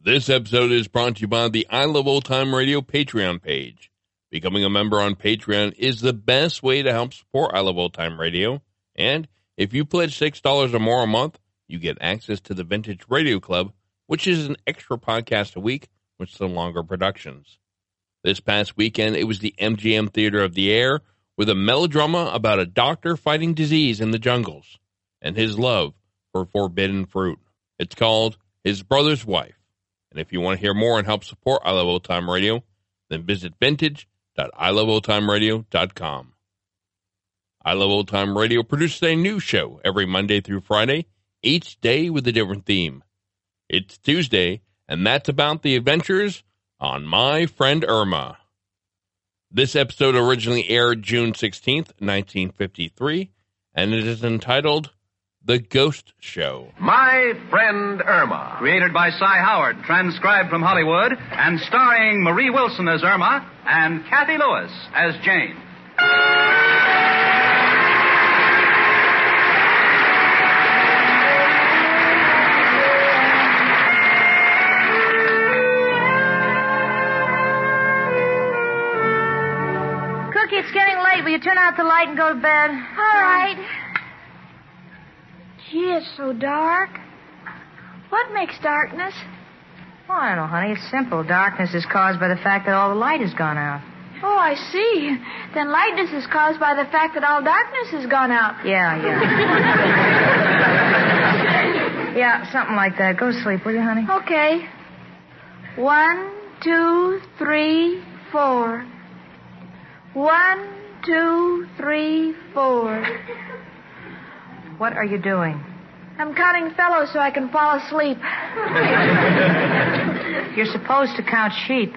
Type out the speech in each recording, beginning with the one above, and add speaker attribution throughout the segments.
Speaker 1: This episode is brought to you by the I Love Old Time Radio Patreon page. Becoming a member on Patreon is the best way to help support I Love Old Time Radio. And if you pledge $6 or more a month, you get access to the Vintage Radio Club, which is an extra podcast a week with some longer productions. This past weekend, it was the MGM Theater of the Air with a melodrama about a doctor fighting disease in the jungles and his love for forbidden fruit. It's called His Brother's Wife. And if you want to hear more and help support I Love Old Time Radio, then visit vintage.iloveoldtimeradio.com. I Love Old Time Radio produces a new show every Monday through Friday, each day with a different theme. It's Tuesday, and that's about the adventures on My Friend Irma. This episode originally aired June 16th, 1953, and it is entitled The Ghost Show.
Speaker 2: My Friend Irma, created by Cy Howard, transcribed from Hollywood, and starring Marie Wilson as Irma and Kathy Lewis as Jane.
Speaker 3: Cookie, it's getting late. Will you turn out the light and go to bed? All right. Gee, it's so dark. What makes darkness? Well, I don't know, honey. It's simple. Darkness is caused by the fact that all the light has gone out.
Speaker 4: Oh, I see. Then lightness is caused by the fact that all darkness has gone out.
Speaker 3: Yeah, yeah. yeah, something like that. Go to sleep, will you, honey?
Speaker 4: Okay. One, two, three, four. One, two, three, four.
Speaker 3: What are you doing?
Speaker 4: I'm counting fellows so I can fall asleep.
Speaker 3: You're supposed to count sheep.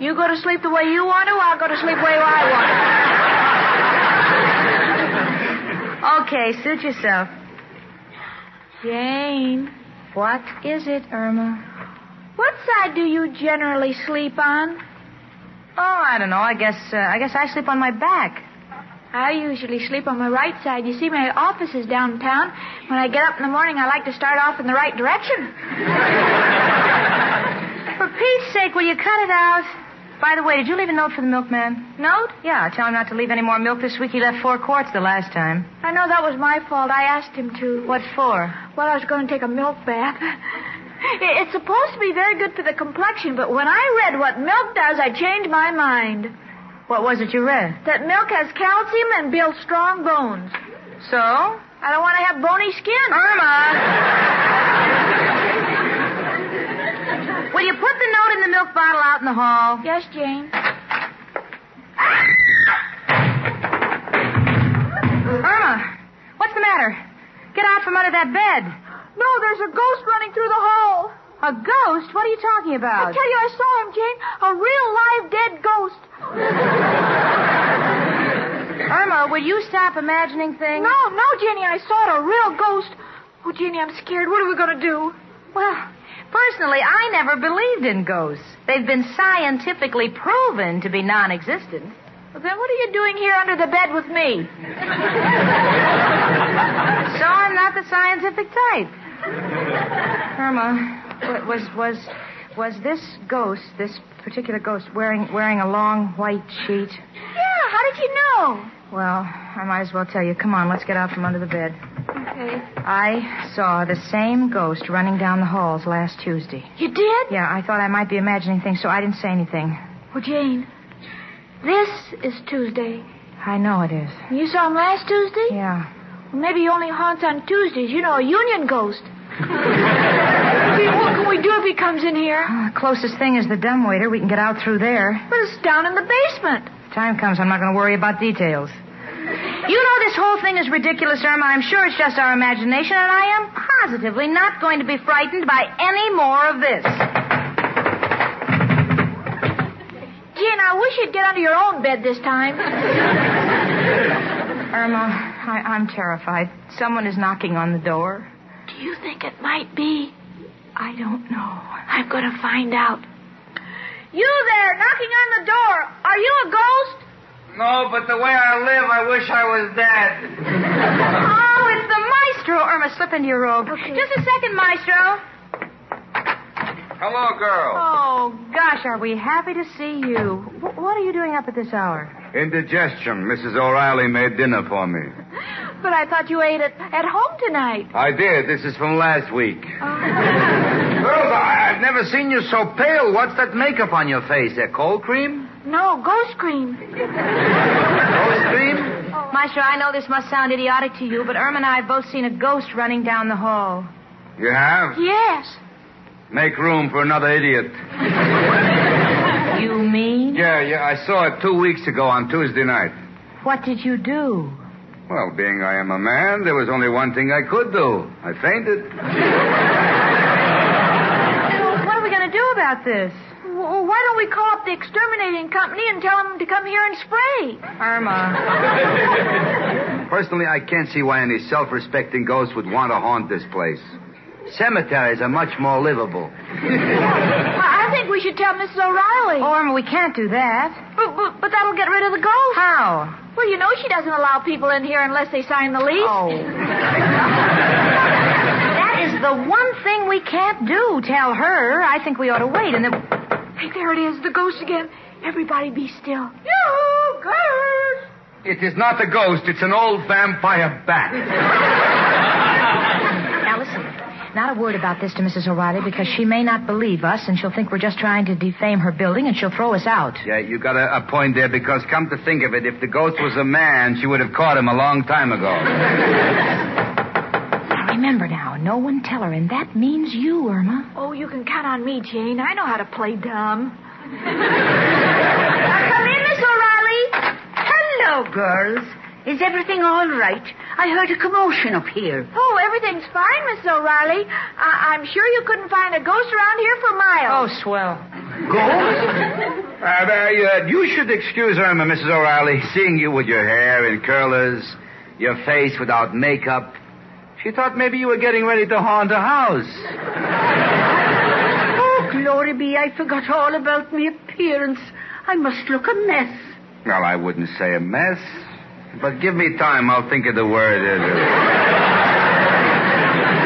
Speaker 4: You go to sleep the way you want to, I'll go to sleep the way I
Speaker 3: Okay, suit yourself.
Speaker 4: want. Jane,
Speaker 3: What?
Speaker 4: is it Irma? What side do you generally sleep on?
Speaker 3: Oh, I don't know. I guess uh, I guess I sleep on my back.
Speaker 4: I usually sleep on my right side. You see, my office is downtown. When I get up in the morning, I like to start off in the right direction.
Speaker 3: For Pete's sake, will you cut it out? By the way, did you leave a note for the milkman?
Speaker 4: Note?
Speaker 3: Yeah, tell him not to leave any more milk this week. He left four quarts the last time.
Speaker 4: I know that was my fault. I asked him to.
Speaker 3: What for?
Speaker 4: Well, I was going to take a milk bath. It- It's supposed to be very good for the complexion, but when I read what milk does, I changed my mind.
Speaker 3: What was it you read?
Speaker 4: That milk has calcium and builds strong bones.
Speaker 3: So?
Speaker 4: I don't want to have bony skin.
Speaker 3: Irma! Will you put the note in the milk bottle out in the hall?
Speaker 4: Yes, Jane.
Speaker 3: Irma, what's the matter? Get out from under that bed.
Speaker 4: No, there's a ghost running through the hall.
Speaker 3: A ghost? What are you talking
Speaker 4: I
Speaker 3: about?
Speaker 4: tell you, I saw him, Jane. A real live dead ghost.
Speaker 3: Irma, will you stop imagining things?
Speaker 4: No, no, Jenny, I saw it. A real ghost. Oh, Jenny, I'm scared. What are we going to do?
Speaker 3: Well, personally, I never believed in ghosts. They've been scientifically proven to be non existent.
Speaker 4: Well, then what are you doing here under the bed with me?
Speaker 3: So I'm not the scientific type. Irma, wa- was was was this ghost, this particular ghost, wearing wearing a long white sheet?
Speaker 4: Yeah, how did you know?
Speaker 3: Well, I might as well tell you. Come on, let's get out from under the bed.
Speaker 4: Okay.
Speaker 3: I saw the same ghost running down the halls last Tuesday.
Speaker 4: You did?
Speaker 3: Yeah, I thought I might be imagining things, so I didn't say anything.
Speaker 4: Well, Jane, this is Tuesday.
Speaker 3: I know it is.
Speaker 4: You saw him last Tuesday?
Speaker 3: Yeah.
Speaker 4: Well, maybe he only haunts on Tuesdays. You know, a union ghost. I mean, what can we do if he comes in here?
Speaker 3: Uh, closest thing is the dumbwaiter. We can get out through there.
Speaker 4: But it's down in the basement.
Speaker 3: Time comes, I'm not going to worry about details. You know this whole thing is ridiculous, Irma. I'm sure it's just our imagination, and I am positively not going to be frightened by any more of this.
Speaker 4: Jane, I wish you'd get under your own bed this time.
Speaker 3: Irma, I, I'm terrified. Someone is knocking on the door.
Speaker 4: Do you think it might be?
Speaker 3: I don't know.
Speaker 4: I'm going to find out. You there, knocking on the door. Are you a ghost?
Speaker 2: No, but the way I live, I wish I was dead.
Speaker 3: Oh, it's the maestro. Irma, slip into your robe. Just a second, maestro.
Speaker 2: Hello, girl.
Speaker 3: Oh, gosh, are we happy to see you. Wh- what are you doing up at this hour?
Speaker 5: Indigestion. Mrs. O'Reilly made dinner for me.
Speaker 4: But I thought you ate at, at home tonight.
Speaker 5: I did. This is from last week. Girls, I, I've never seen you so pale. What's that makeup on your face? That cold cream?
Speaker 4: No, ghost cream.
Speaker 5: Cold cream?
Speaker 3: Maestro, I know this must sound idiotic to you, but Irma and I have both seen a ghost running down the hall.
Speaker 5: You have?
Speaker 4: Yes.
Speaker 5: Make room for another idiot.
Speaker 3: You mean?
Speaker 5: Yeah, yeah, I saw it two weeks ago on Tuesday night.
Speaker 3: What did you do?
Speaker 5: Well, being I am a man, there was only one thing I could do. I fainted.
Speaker 3: What are we going to do about this?
Speaker 4: Well, why don't we call up the exterminating company and tell them to come here and spray?
Speaker 3: Irma.
Speaker 5: Personally, I can't see why any self-respecting ghost would want to haunt this place. Cemeteries are much more livable.
Speaker 4: I I think we should tell Mrs. O'Reilly.
Speaker 3: Oh, Irma, we can't do that.
Speaker 4: But, but, but that'll get rid of the ghost.
Speaker 3: How?
Speaker 4: Well, you know she doesn't allow people in here unless they sign the lease.
Speaker 3: that is the one thing we can't do. Tell her. I think we ought to wait and then.
Speaker 4: Hey, there it is, the ghost again. Everybody be still. Yoo-hoo, ghost!
Speaker 5: It is not a ghost. It's an old vampire bat.
Speaker 3: Now, listen. Not a word about this to Mrs. O'Reilly because she may not believe us and she'll think we're just trying to defame her building and she'll throw us out.
Speaker 5: Yeah, you got a, a point there because, come to think of it, if the ghost was a man, she would have caught him a long time ago.
Speaker 3: Now, remember now, no one tell her, and that means you, Irma.
Speaker 4: Oh, you can count on me, Jane. I know how to play dumb. now come in, Miss O'Reilly.
Speaker 6: Hello, girls. Is everything all right? I heard a commotion up here.
Speaker 4: Oh, everything's fine, Mrs. O'Reilly. I- I'm sure you couldn't find a ghost around here for miles.
Speaker 6: Oh,
Speaker 3: swell.
Speaker 5: Ghost? Uh, uh, you, you should excuse Irma, Mrs. O'Reilly, seeing you with your hair in curlers, your face without makeup. She thought maybe you were getting ready to haunt a house.
Speaker 6: Oh, glory be, I forgot all about my appearance. I must look a mess.
Speaker 5: Well, I wouldn't say a mess, but give me time. I'll think of the word. Uh,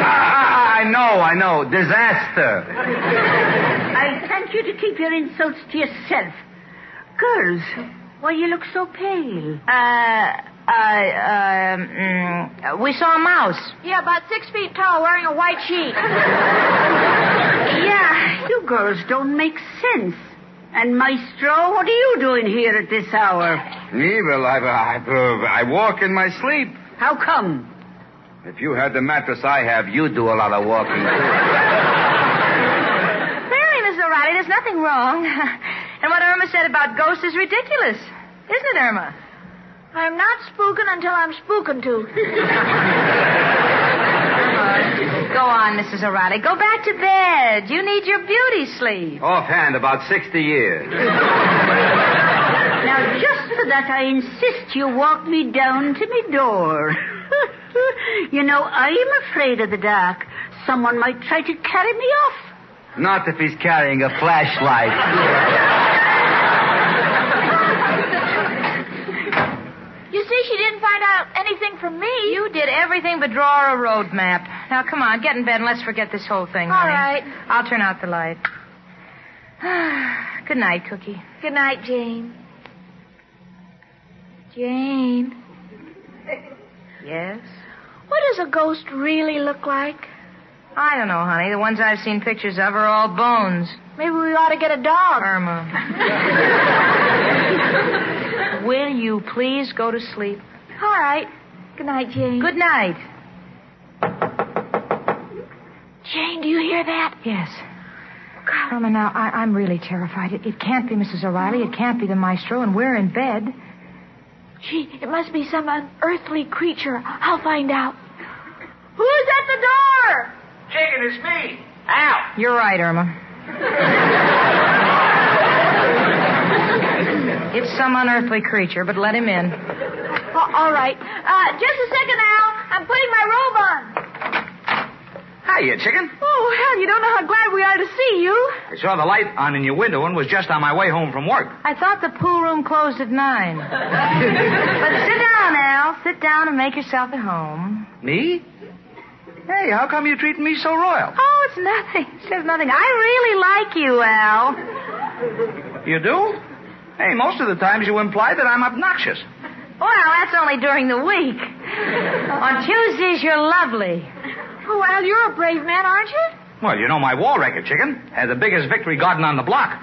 Speaker 5: I, I, I know, I know. Disaster.
Speaker 6: I thank you to keep your insults to yourself. Girls, why you look so pale?
Speaker 3: Uh, I, um, mm, we saw a mouse.
Speaker 4: Yeah, about six feet tall, wearing a white sheet.
Speaker 6: Yeah, you girls don't make sense. And Maestro, what are you doing here at this hour?
Speaker 5: Evil, I, I, I walk in my sleep.
Speaker 6: How come?
Speaker 5: If you had the mattress I have, you do a lot of walking.
Speaker 3: Really, Mrs. O'Reilly, there's nothing wrong. and what Irma said about ghosts is ridiculous. Isn't it, Irma? Uh,
Speaker 4: I'm not spooking until I'm spooking to.
Speaker 3: Go on, Mrs. O'Reilly. Go back to bed. You need your beauty sleep.
Speaker 5: Offhand, about 60 years.
Speaker 6: Now, just for that, I insist you walk me down to me door. you know, I'm afraid of the dark. Someone might try to carry me off.
Speaker 5: Not if he's carrying a flashlight.
Speaker 4: didn't find out anything from me.
Speaker 3: You did everything but draw a road map. Now, come on, get in bed and let's forget this whole thing.
Speaker 4: All
Speaker 3: honey.
Speaker 4: right.
Speaker 3: I'll turn out the light. Good night, Cookie.
Speaker 4: Good night, Jane. Jane,
Speaker 3: Yes?
Speaker 4: what does a ghost really look like?
Speaker 3: I don't know, honey. The ones I've seen pictures of are all bones.
Speaker 4: Maybe we ought to get a dog.
Speaker 3: Irma. Will you please go to sleep?
Speaker 4: All right. Good night, Jane.
Speaker 3: Good night.
Speaker 4: Jane, do you hear that?
Speaker 3: Yes. Irma, now, I, I'm really terrified. It, it can't be Mrs. O'Reilly. It can't be the maestro, and we're in bed.
Speaker 4: Gee, it must be some unearthly creature. I'll find out. Who's at the door?
Speaker 7: Chicken, it's me. Al.
Speaker 3: You're right, Irma. it's some unearthly creature, but let him in.
Speaker 4: A- all right. Uh, just a second, Al. I'm putting my robe on.
Speaker 7: Hiya, Chicken.
Speaker 4: Oh, hell, you don't know how glad we are to see you.
Speaker 7: I saw the light on in your window and was just on my way home from work.
Speaker 3: I thought the pool room closed at nine. but sit down, Al. Sit down and make yourself at home.
Speaker 7: Me? Hey, how come you treating me so royal?
Speaker 3: Oh, it's nothing. It's just nothing. I really like you, Al.
Speaker 7: You do? Hey, most of the times you imply that I'm obnoxious.
Speaker 3: Well, that's only during the week. On Tuesdays, you're lovely.
Speaker 4: Oh, Al, you're a brave man, aren't you?
Speaker 7: Well, you know my war record, Chicken. Had the biggest victory garden on the block.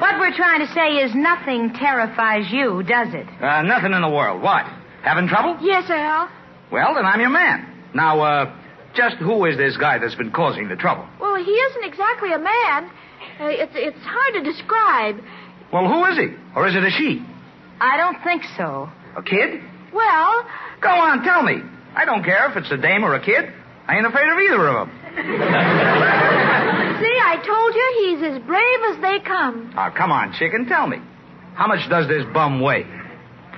Speaker 3: What we're trying to say is nothing terrifies you, does it?
Speaker 7: Uh, nothing in the world. What? Having trouble?
Speaker 4: Yes, Al.
Speaker 7: Well, then I'm your man. Now, uh, just who is this guy that's been causing the trouble?
Speaker 4: Well, he isn't exactly a man. Uh, it's, it's hard to describe.
Speaker 7: Well, who is he? Or is it a she?
Speaker 3: I don't think so.
Speaker 7: A kid?
Speaker 4: Well,
Speaker 7: Go on, tell me. I don't care if it's a dame or a kid. I ain't afraid of either of them.
Speaker 4: see, I told you he's as brave as they come.
Speaker 7: Ah, come on, chicken, tell me. How much does this bum weigh?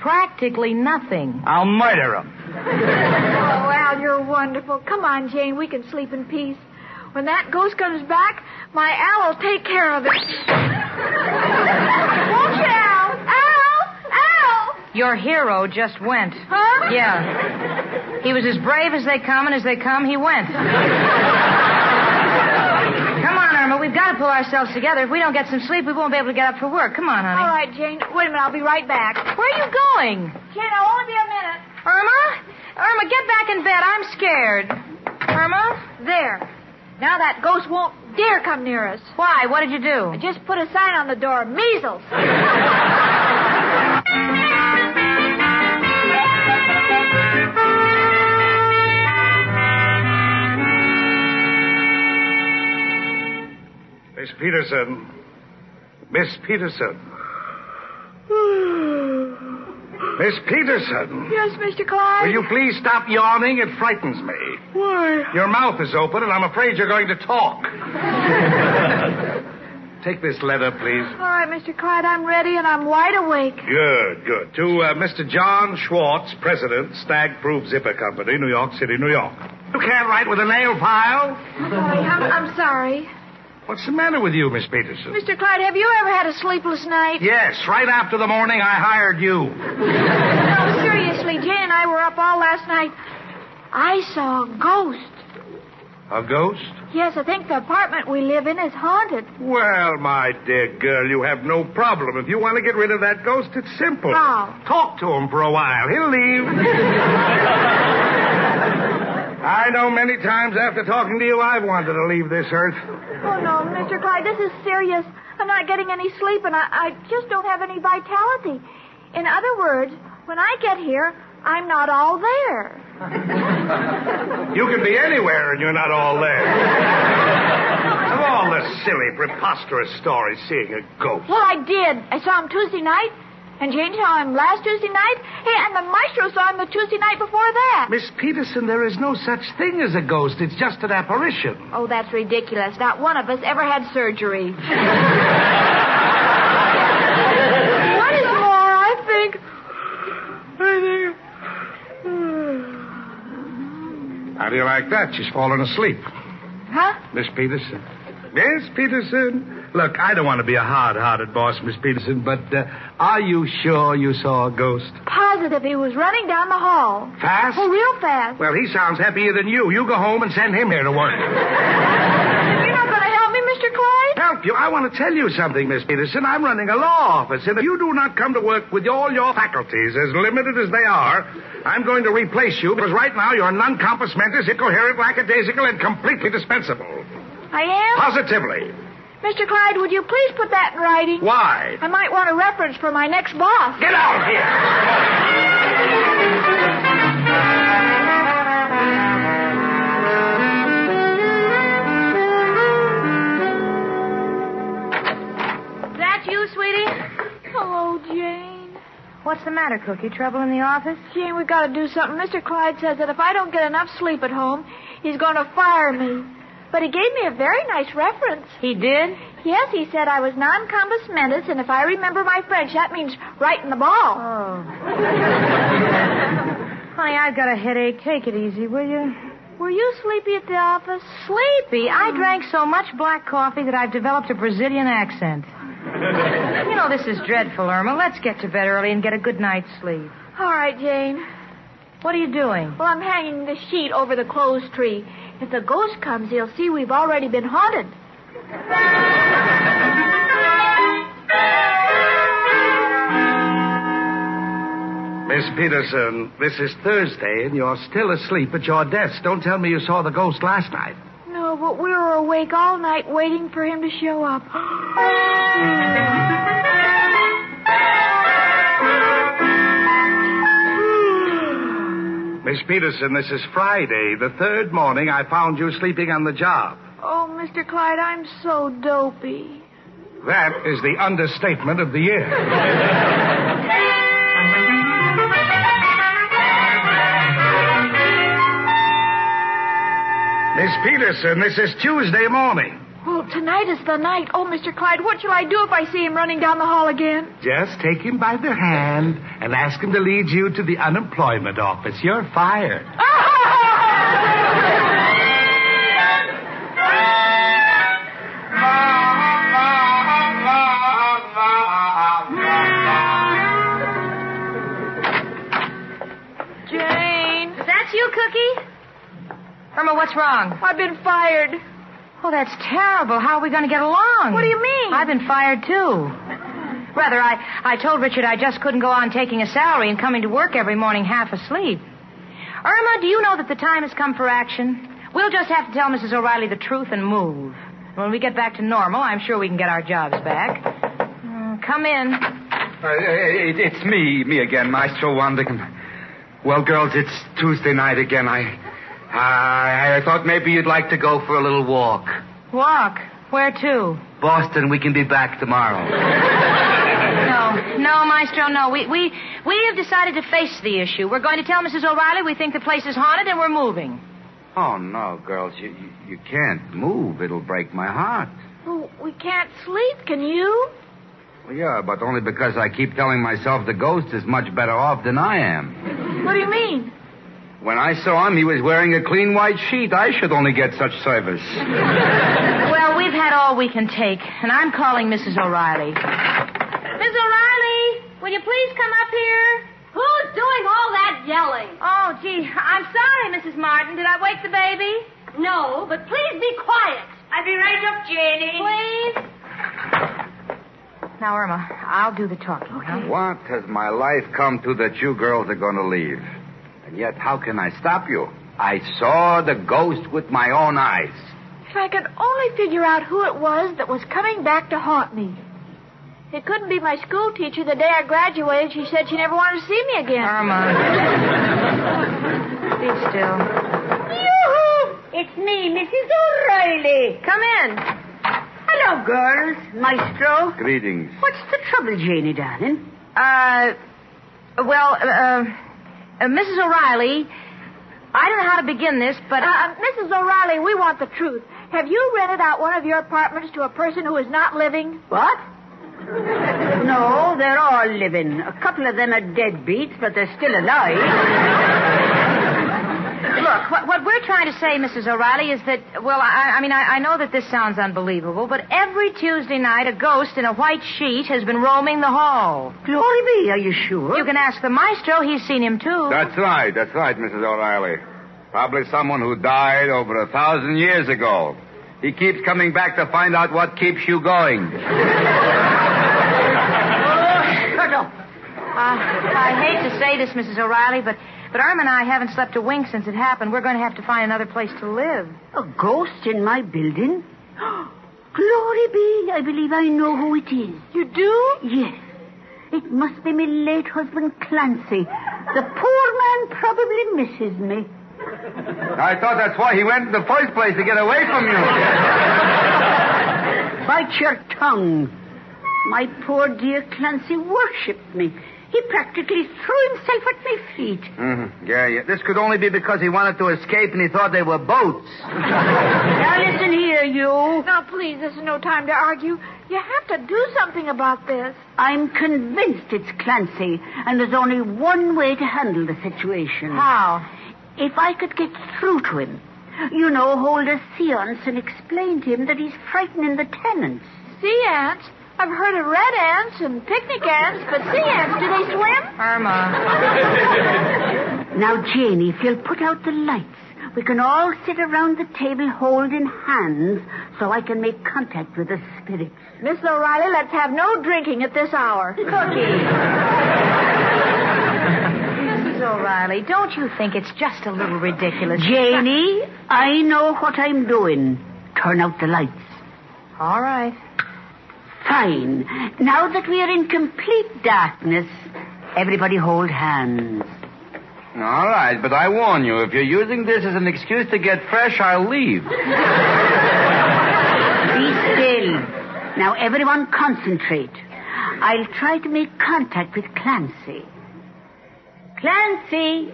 Speaker 3: Practically nothing.
Speaker 7: I'll murder him.
Speaker 4: Oh, Al, you're wonderful. Come on, Jane, we can sleep in peace. When that ghost comes back, my Al will take care of it. Won't you, Al? Al? Al?
Speaker 3: Your hero just went.
Speaker 4: Huh?
Speaker 3: Yeah. He was as brave as they come, and as they come, he went. come on, Irma. We've got to pull ourselves together. If we don't get some sleep, we won't be able to get up for work. Come on,
Speaker 4: All
Speaker 3: honey.
Speaker 4: right, Jane. Wait a minute, I'll be right back.
Speaker 3: Where are you going?
Speaker 4: Jane, I'll only be a minute.
Speaker 3: Irma? Irma, get back in bed. I'm scared. Irma?
Speaker 4: There. Now that ghost won't dare come near us.
Speaker 3: Why? What did you do?
Speaker 4: I just put a sign on the door. Measles.
Speaker 5: Miss Peterson. Miss Peterson. Miss Peterson.
Speaker 4: Yes, Mr. Clyde.
Speaker 5: Will you please stop yawning? It frightens me.
Speaker 4: Why?
Speaker 5: Your mouth is open, and I'm afraid you're going to talk. Take this letter, please.
Speaker 4: All right, Mr. Clyde, I'm ready and I'm wide awake.
Speaker 5: Good, good. To uh, Mr. John Schwartz, President, Stag Proof Zipper Company, New York City, New York. You can't write with a nail file.
Speaker 4: Sorry, I'm, I'm sorry.
Speaker 5: What's the matter with you, Miss Peterson?
Speaker 4: Mr. Clyde, have you ever had a sleepless night?
Speaker 5: Yes, right after the morning I hired you.
Speaker 4: No, seriously, Jane and I were up all last night. I saw a ghost.
Speaker 5: A ghost?
Speaker 4: Yes, I think the apartment we live in is haunted.
Speaker 5: Well, my dear girl, you have no problem. If you want to get rid of that ghost, it's simple.
Speaker 4: How?
Speaker 5: Talk to him for a while. He'll leave. I know many times after talking to you, I've wanted to leave this earth.
Speaker 4: Oh, no, Mr. Clyde, this is serious. I'm not getting any sleep, and I, I just don't have any vitality. In other words, when I get here, I'm not all there.
Speaker 5: You can be anywhere and you're not all there. of all the silly, preposterous stories, seeing a ghost.
Speaker 4: Well, I did. I saw him Tuesday night, and Jane saw him last Tuesday night. Hey, and the maestro saw him the Tuesday night before that.
Speaker 5: Miss Peterson, there is no such thing as a ghost. It's just an apparition.
Speaker 4: Oh, that's ridiculous. Not one of us ever had surgery. what is more, I think. I think.
Speaker 5: How do you like that? She's fallen asleep.
Speaker 4: Huh?
Speaker 5: Miss Peterson,
Speaker 8: Yes, Peterson. Look, I don't want to be a hard-hearted boss, Miss Peterson, but uh, are you sure you saw a ghost?
Speaker 4: Positive he was running down the hall.
Speaker 8: Fast?
Speaker 4: Oh, real fast.
Speaker 8: Well, he sounds happier than you. You go home and send him here to work.
Speaker 4: You're not going to help me, Mr. Clyde?
Speaker 8: Help you. I want to tell you something, Miss Peterson. I'm running a law office, and if you do not come to work with all your faculties, as limited as they are, I'm going to replace you because right now you're non-compass mentis, incoherent, lackadaisical, and completely dispensable.
Speaker 4: I am?
Speaker 8: Positively.
Speaker 4: Mr. Clyde, would you please put that in writing?
Speaker 8: Why?
Speaker 4: I might want a reference for my next boss.
Speaker 8: Get out here!
Speaker 3: That you, sweetie?
Speaker 4: Hello, Jane.
Speaker 3: What's the matter, Cookie? Trouble in the office?
Speaker 4: Jane, we've got to do something. Mr. Clyde says that if I don't get enough sleep at home, he's going to fire me. But he gave me a very nice reference.
Speaker 3: He did?
Speaker 4: Yes, he said I was non-compass mentis, and if I remember my French, that means right in the ball.
Speaker 3: Oh. Honey, I've got a headache. Take it easy, will you?
Speaker 4: Were you sleepy at the office?
Speaker 3: Sleepy. I drank so much black coffee that I've developed a Brazilian accent. you know, this is dreadful, Irma. Let's get to bed early and get a good night's sleep.
Speaker 4: All right, Jane.
Speaker 3: What are you doing?
Speaker 4: Well, I'm hanging the sheet over the clothes tree. If the ghost comes, he'll see we've already been haunted.
Speaker 8: Miss Peterson, this is Thursday, and you're still asleep at your desk. Don't tell me you saw the ghost last night.
Speaker 4: No, but we were awake all night waiting for him to show up.
Speaker 8: Miss Peterson, this is Friday, the third morning I found you sleeping on the job.
Speaker 4: Oh, Mr. Clyde, I'm so dopey.
Speaker 8: That is the understatement of the year. Miss Peterson, this is Tuesday morning.
Speaker 4: Well, tonight is the night. Oh, Mr. Clyde, what shall I do if I see him running down the hall again?
Speaker 8: Just take him by the hand and ask him to lead you to the unemployment office. You're fired.
Speaker 5: Uh,
Speaker 4: Jane,
Speaker 3: That's you, Cookie? Irma, what's wrong?
Speaker 4: I've been fired.
Speaker 3: Oh, that's terrible. How are we going to get along?
Speaker 4: What do you mean?
Speaker 3: I've been fired, too. Rather, I, I told Richard I just couldn't go on taking a salary and coming to work every morning half asleep. Irma, do you know that the time has come for action? We'll just have to tell Mrs. O'Reilly the truth and move. When we get back to normal, I'm sure we can get our jobs back. Mm, Come in.
Speaker 5: Uh, it, it's me, me again, Maestro Wandigan. Well, girls, it's Tuesday night again. I, I, I thought maybe you'd like to go for a little walk.
Speaker 3: Walk. Where to?
Speaker 5: Boston, we can be back tomorrow.
Speaker 3: No, no, Maestro, no. We, we, we have decided to face the issue. We're going to tell Mrs. O'Reilly we think the place is haunted and we're moving.
Speaker 5: Oh no, girls, you, you you can't move. It'll break my heart.
Speaker 4: Well, we can't sleep, can you?
Speaker 5: Well, yeah, but only because I keep telling myself the ghost is much better off than I am.
Speaker 4: What do you mean?
Speaker 5: When I saw him, he was wearing a clean white sheet. I should only get such service.
Speaker 3: Well, we've had all we can take, and I'm calling Mrs. O'Reilly. Miss O'Reilly, will you please come up here? Who's doing all that yelling? Oh, gee, I'm sorry, Mrs. Martin. Did I wake the baby? No, but please be quiet. I'll be right up, Janie. Please. Now, Irma, I'll do the talking, huh?
Speaker 5: What has my life come to that you girls are going to leave? And yet, how can I stop you? I saw the ghost with my own eyes.
Speaker 4: If I could only figure out who it was that was coming back to haunt me. It couldn't be my school teacher. The day I graduated, she said she never wanted to see me again.
Speaker 3: Irma. Be still.
Speaker 6: Yoo-hoo! It's me, Mrs. O'Reilly.
Speaker 3: Come in.
Speaker 6: Hello, girls. Maestro.
Speaker 5: Greetings.
Speaker 6: What's the trouble, Janie, darling?
Speaker 3: Uh, well, uh, uh, Mrs. O'Reilly, I don't know how to begin this, but.
Speaker 4: Uh, Mrs. O'Reilly, we want the truth. Have you rented out one of your apartments to a person who is not living?
Speaker 6: What? no, they're all living. A couple of them are deadbeats, but they're still alive.
Speaker 3: Look, what, what we're trying to say, Mrs. O'Reilly, is that, well, I, I mean, I, I know that this sounds unbelievable, but every Tuesday night, a ghost in a white sheet has been roaming the hall.
Speaker 6: Glory be, are you sure?
Speaker 3: You can ask the maestro. He's seen him, too.
Speaker 5: That's right. That's right, Mrs. O'Reilly. Probably someone who died over a thousand years ago. He keeps coming back to find out what keeps you going.
Speaker 3: Oh, Shut up. Uh, I hate to say this, Mrs. O'Reilly, but, but Irma and I haven't slept a wink since it happened. We're going to have to find another place to live.
Speaker 6: A ghost in my building? Glory be, I believe I know who it is.
Speaker 3: You do?
Speaker 6: Yes. It must be my late husband, Clancy. The poor man probably misses me.
Speaker 5: I thought that's why he went in the first place to get away from you.
Speaker 6: Bite your tongue. My poor dear Clancy worshipped me. He practically threw himself at my feet.
Speaker 5: Mhm. Yeah, yeah. This could only be because he wanted to escape and he thought they were boats.
Speaker 6: Now listen here, you.
Speaker 4: Now, please, this is no time to argue. You have to do something about this.
Speaker 6: I'm convinced it's Clancy, and there's only one way to handle the situation.
Speaker 3: How?
Speaker 6: If I could get through to him, you know, hold a seance and explain to him that he's frightening the tenants.
Speaker 4: Sea ants? I've heard of red ants and picnic ants, but sea ants, do they swim?
Speaker 3: Irma.
Speaker 6: Now, Janie, if you'll put out the lights, we can all sit around the table holding hands so I can make contact with the spirits.
Speaker 4: Miss O'Reilly, let's have no drinking at this hour.
Speaker 3: Mrs. O'Reilly, don't you think it's just a little ridiculous?
Speaker 6: Janie, I know what I'm doing. Turn out the lights.
Speaker 3: All right.
Speaker 6: Fine. Now that we are in complete darkness, everybody hold hands.
Speaker 5: All right, but I warn you, if you're using this as an excuse to get fresh, I'll leave.
Speaker 6: Be still. Now, everyone concentrate. I'll try to make contact with Clancy. Clancy!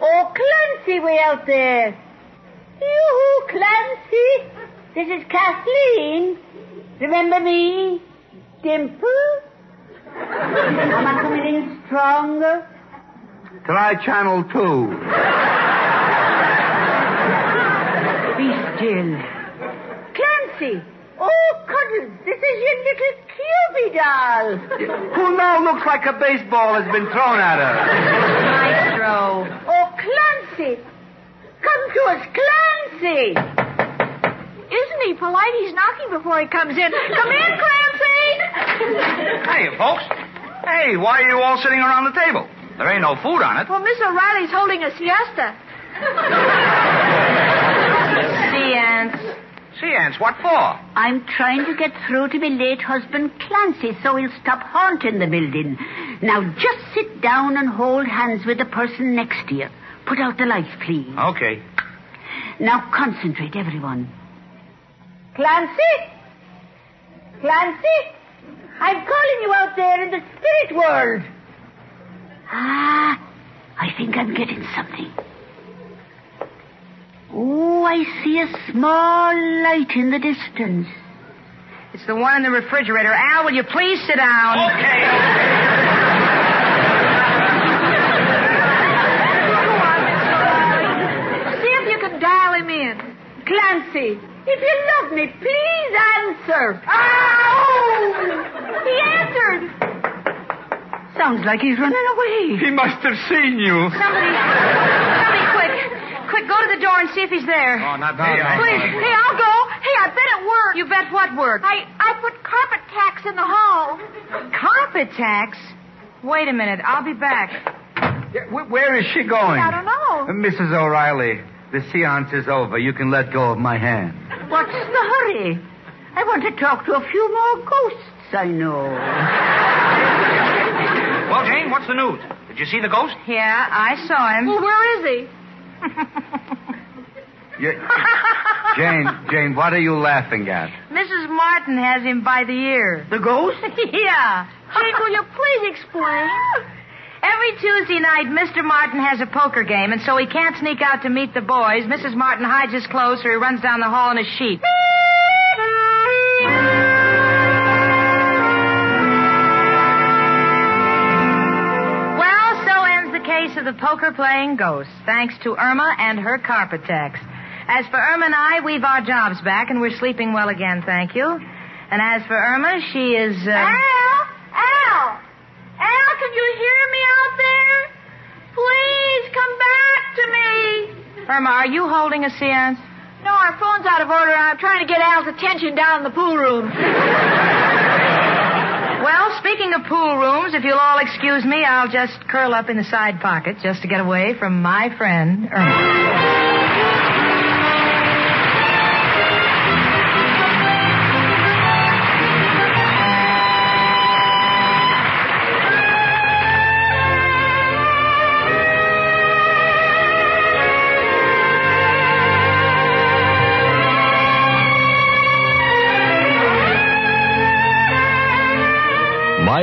Speaker 6: Oh, Clancy, way out there! You, Clancy! This is Kathleen. Remember me? Dimple? Am I coming in stronger?
Speaker 5: Try channel two.
Speaker 6: Be still. Clancy! Oh, Cuddles, this is your little Cupid doll.
Speaker 5: Who now looks like a baseball has been thrown at her?
Speaker 3: Maestro.
Speaker 6: Oh, Clancy! Come to us, Clancy!
Speaker 4: Isn't he polite? He's knocking before he comes in. Come in, Clancy!
Speaker 5: Hey, folks. Hey, why are you all sitting around the table? There ain't no food on it.
Speaker 4: Well, Miss O'Reilly's holding a siesta.
Speaker 3: Sea ants.
Speaker 5: Sea ants, what for?
Speaker 6: I'm trying to get through to my late husband, Clancy, so he'll stop haunting the building. Now, just sit down and hold hands with the person next to you. Put out the lights, please.
Speaker 5: Okay.
Speaker 6: Now, concentrate, everyone. Clancy? Clancy? I'm calling you out there in the spirit world. Ah, I think I'm getting something. Oh, I see a small light in the distance.
Speaker 3: It's the one in the refrigerator. Al, will you please sit down?
Speaker 5: Okay.
Speaker 4: See if you can dial him in.
Speaker 6: Clancy, if you love me, please answer. Ow!
Speaker 4: He answered.
Speaker 6: Sounds like he's running away.
Speaker 5: He must have seen you.
Speaker 3: Somebody, somebody, quick. Quick, go to the door and see if he's there.
Speaker 5: Oh, not bad.
Speaker 3: Please.
Speaker 4: Hey, I'll go. Hey, I bet it worked.
Speaker 3: You bet what worked?
Speaker 4: I, I put carpet tacks in the hall.
Speaker 3: Carpet tax? Wait a minute. I'll be back.
Speaker 5: Where is she going?
Speaker 4: I don't know.
Speaker 5: Mrs. O'Reilly, the seance is over. You can let go of my hand.
Speaker 6: What's the hurry? I want to talk to a few more ghosts I know.
Speaker 5: Well, Jane, what's the news? Did you see the ghost?
Speaker 3: Yeah, I saw him.
Speaker 4: Well, where is he?
Speaker 5: Jane, Jane, what are you laughing at?
Speaker 3: Mrs. Martin has him by the ear.
Speaker 6: The ghost?
Speaker 3: yeah.
Speaker 4: Jane, will you please explain?
Speaker 3: Every Tuesday night, Mr. Martin has a poker game, and so he can't sneak out to meet the boys. Mrs. Martin hides his clothes, or he runs down the hall in a sheet. Well, so ends the case of the the poker playing ghosts, thanks to Irma and her carpet tax. As for Irma and I, we've our jobs back, and we're sleeping well again, thank you. And as for Irma, she is. Uh...
Speaker 4: Al! Al! Al, can you hear me out there? Please come back to me.
Speaker 3: Irma, are you holding a seance?
Speaker 4: No, our phone's out of order. I'm trying to get Al's attention down in the pool room.
Speaker 3: Well, speaking of pool rooms, if you'll all excuse me, I'll just curl up in the side pocket just to get away from my friend, Irma.
Speaker 9: My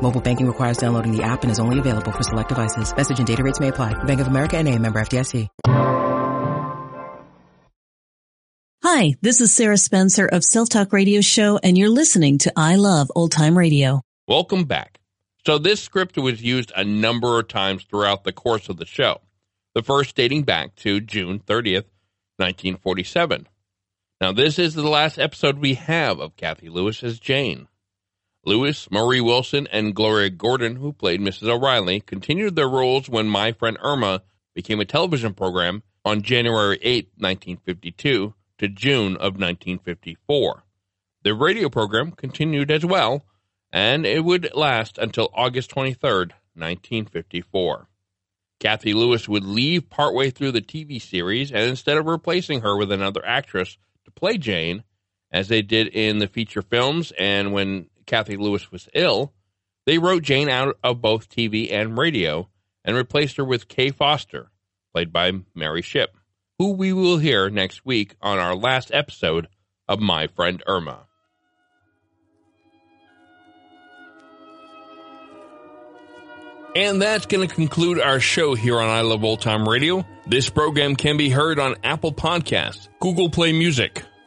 Speaker 10: Mobile banking requires downloading the app and is only available for select devices. Message and data rates may apply. Bank of America and a member FDIC.
Speaker 11: Hi, this is Sarah Spencer of Self Talk Radio Show, and you're listening to I Love Old Time Radio.
Speaker 1: Welcome back. So, this script was used a number of times throughout the course of the show, the first dating back to June 30th, 1947. Now, this is the last episode we have of Kathy Lewis as Jane. Lewis, Marie Wilson, and Gloria Gordon, who played Mrs. O'Reilly, continued their roles when My Friend Irma became a television program on January 8, 1952 to June of 1954. The radio program continued as well, and it would last until August 23, 1954. Kathy Lewis would leave partway through the TV series, and instead of replacing her with another actress to play Jane, as they did in the feature films and when Kathy Lewis was ill, they wrote Jane out of both TV and radio and replaced her with Kay Foster, played by Mary Ship, who we will hear next week on our last episode of My Friend Irma. And that's going to conclude our show here on I Love Old Time Radio. This program can be heard on Apple Podcasts, Google Play Music,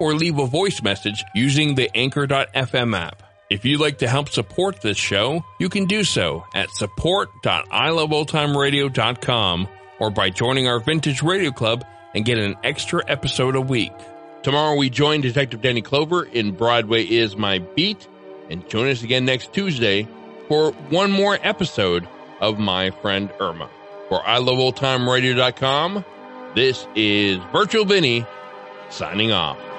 Speaker 1: or leave a voice message using the Anchor.fm app. If you'd like to help support this show, you can do so at support.iloveoldtimeradio.com or by joining our Vintage Radio Club and get an extra episode a week. Tomorrow we join Detective Danny Clover in Broadway is My Beat and join us again next Tuesday for one more episode of My Friend Irma. For iloveoldtimeradio.com, this is Virtual Vinny signing off.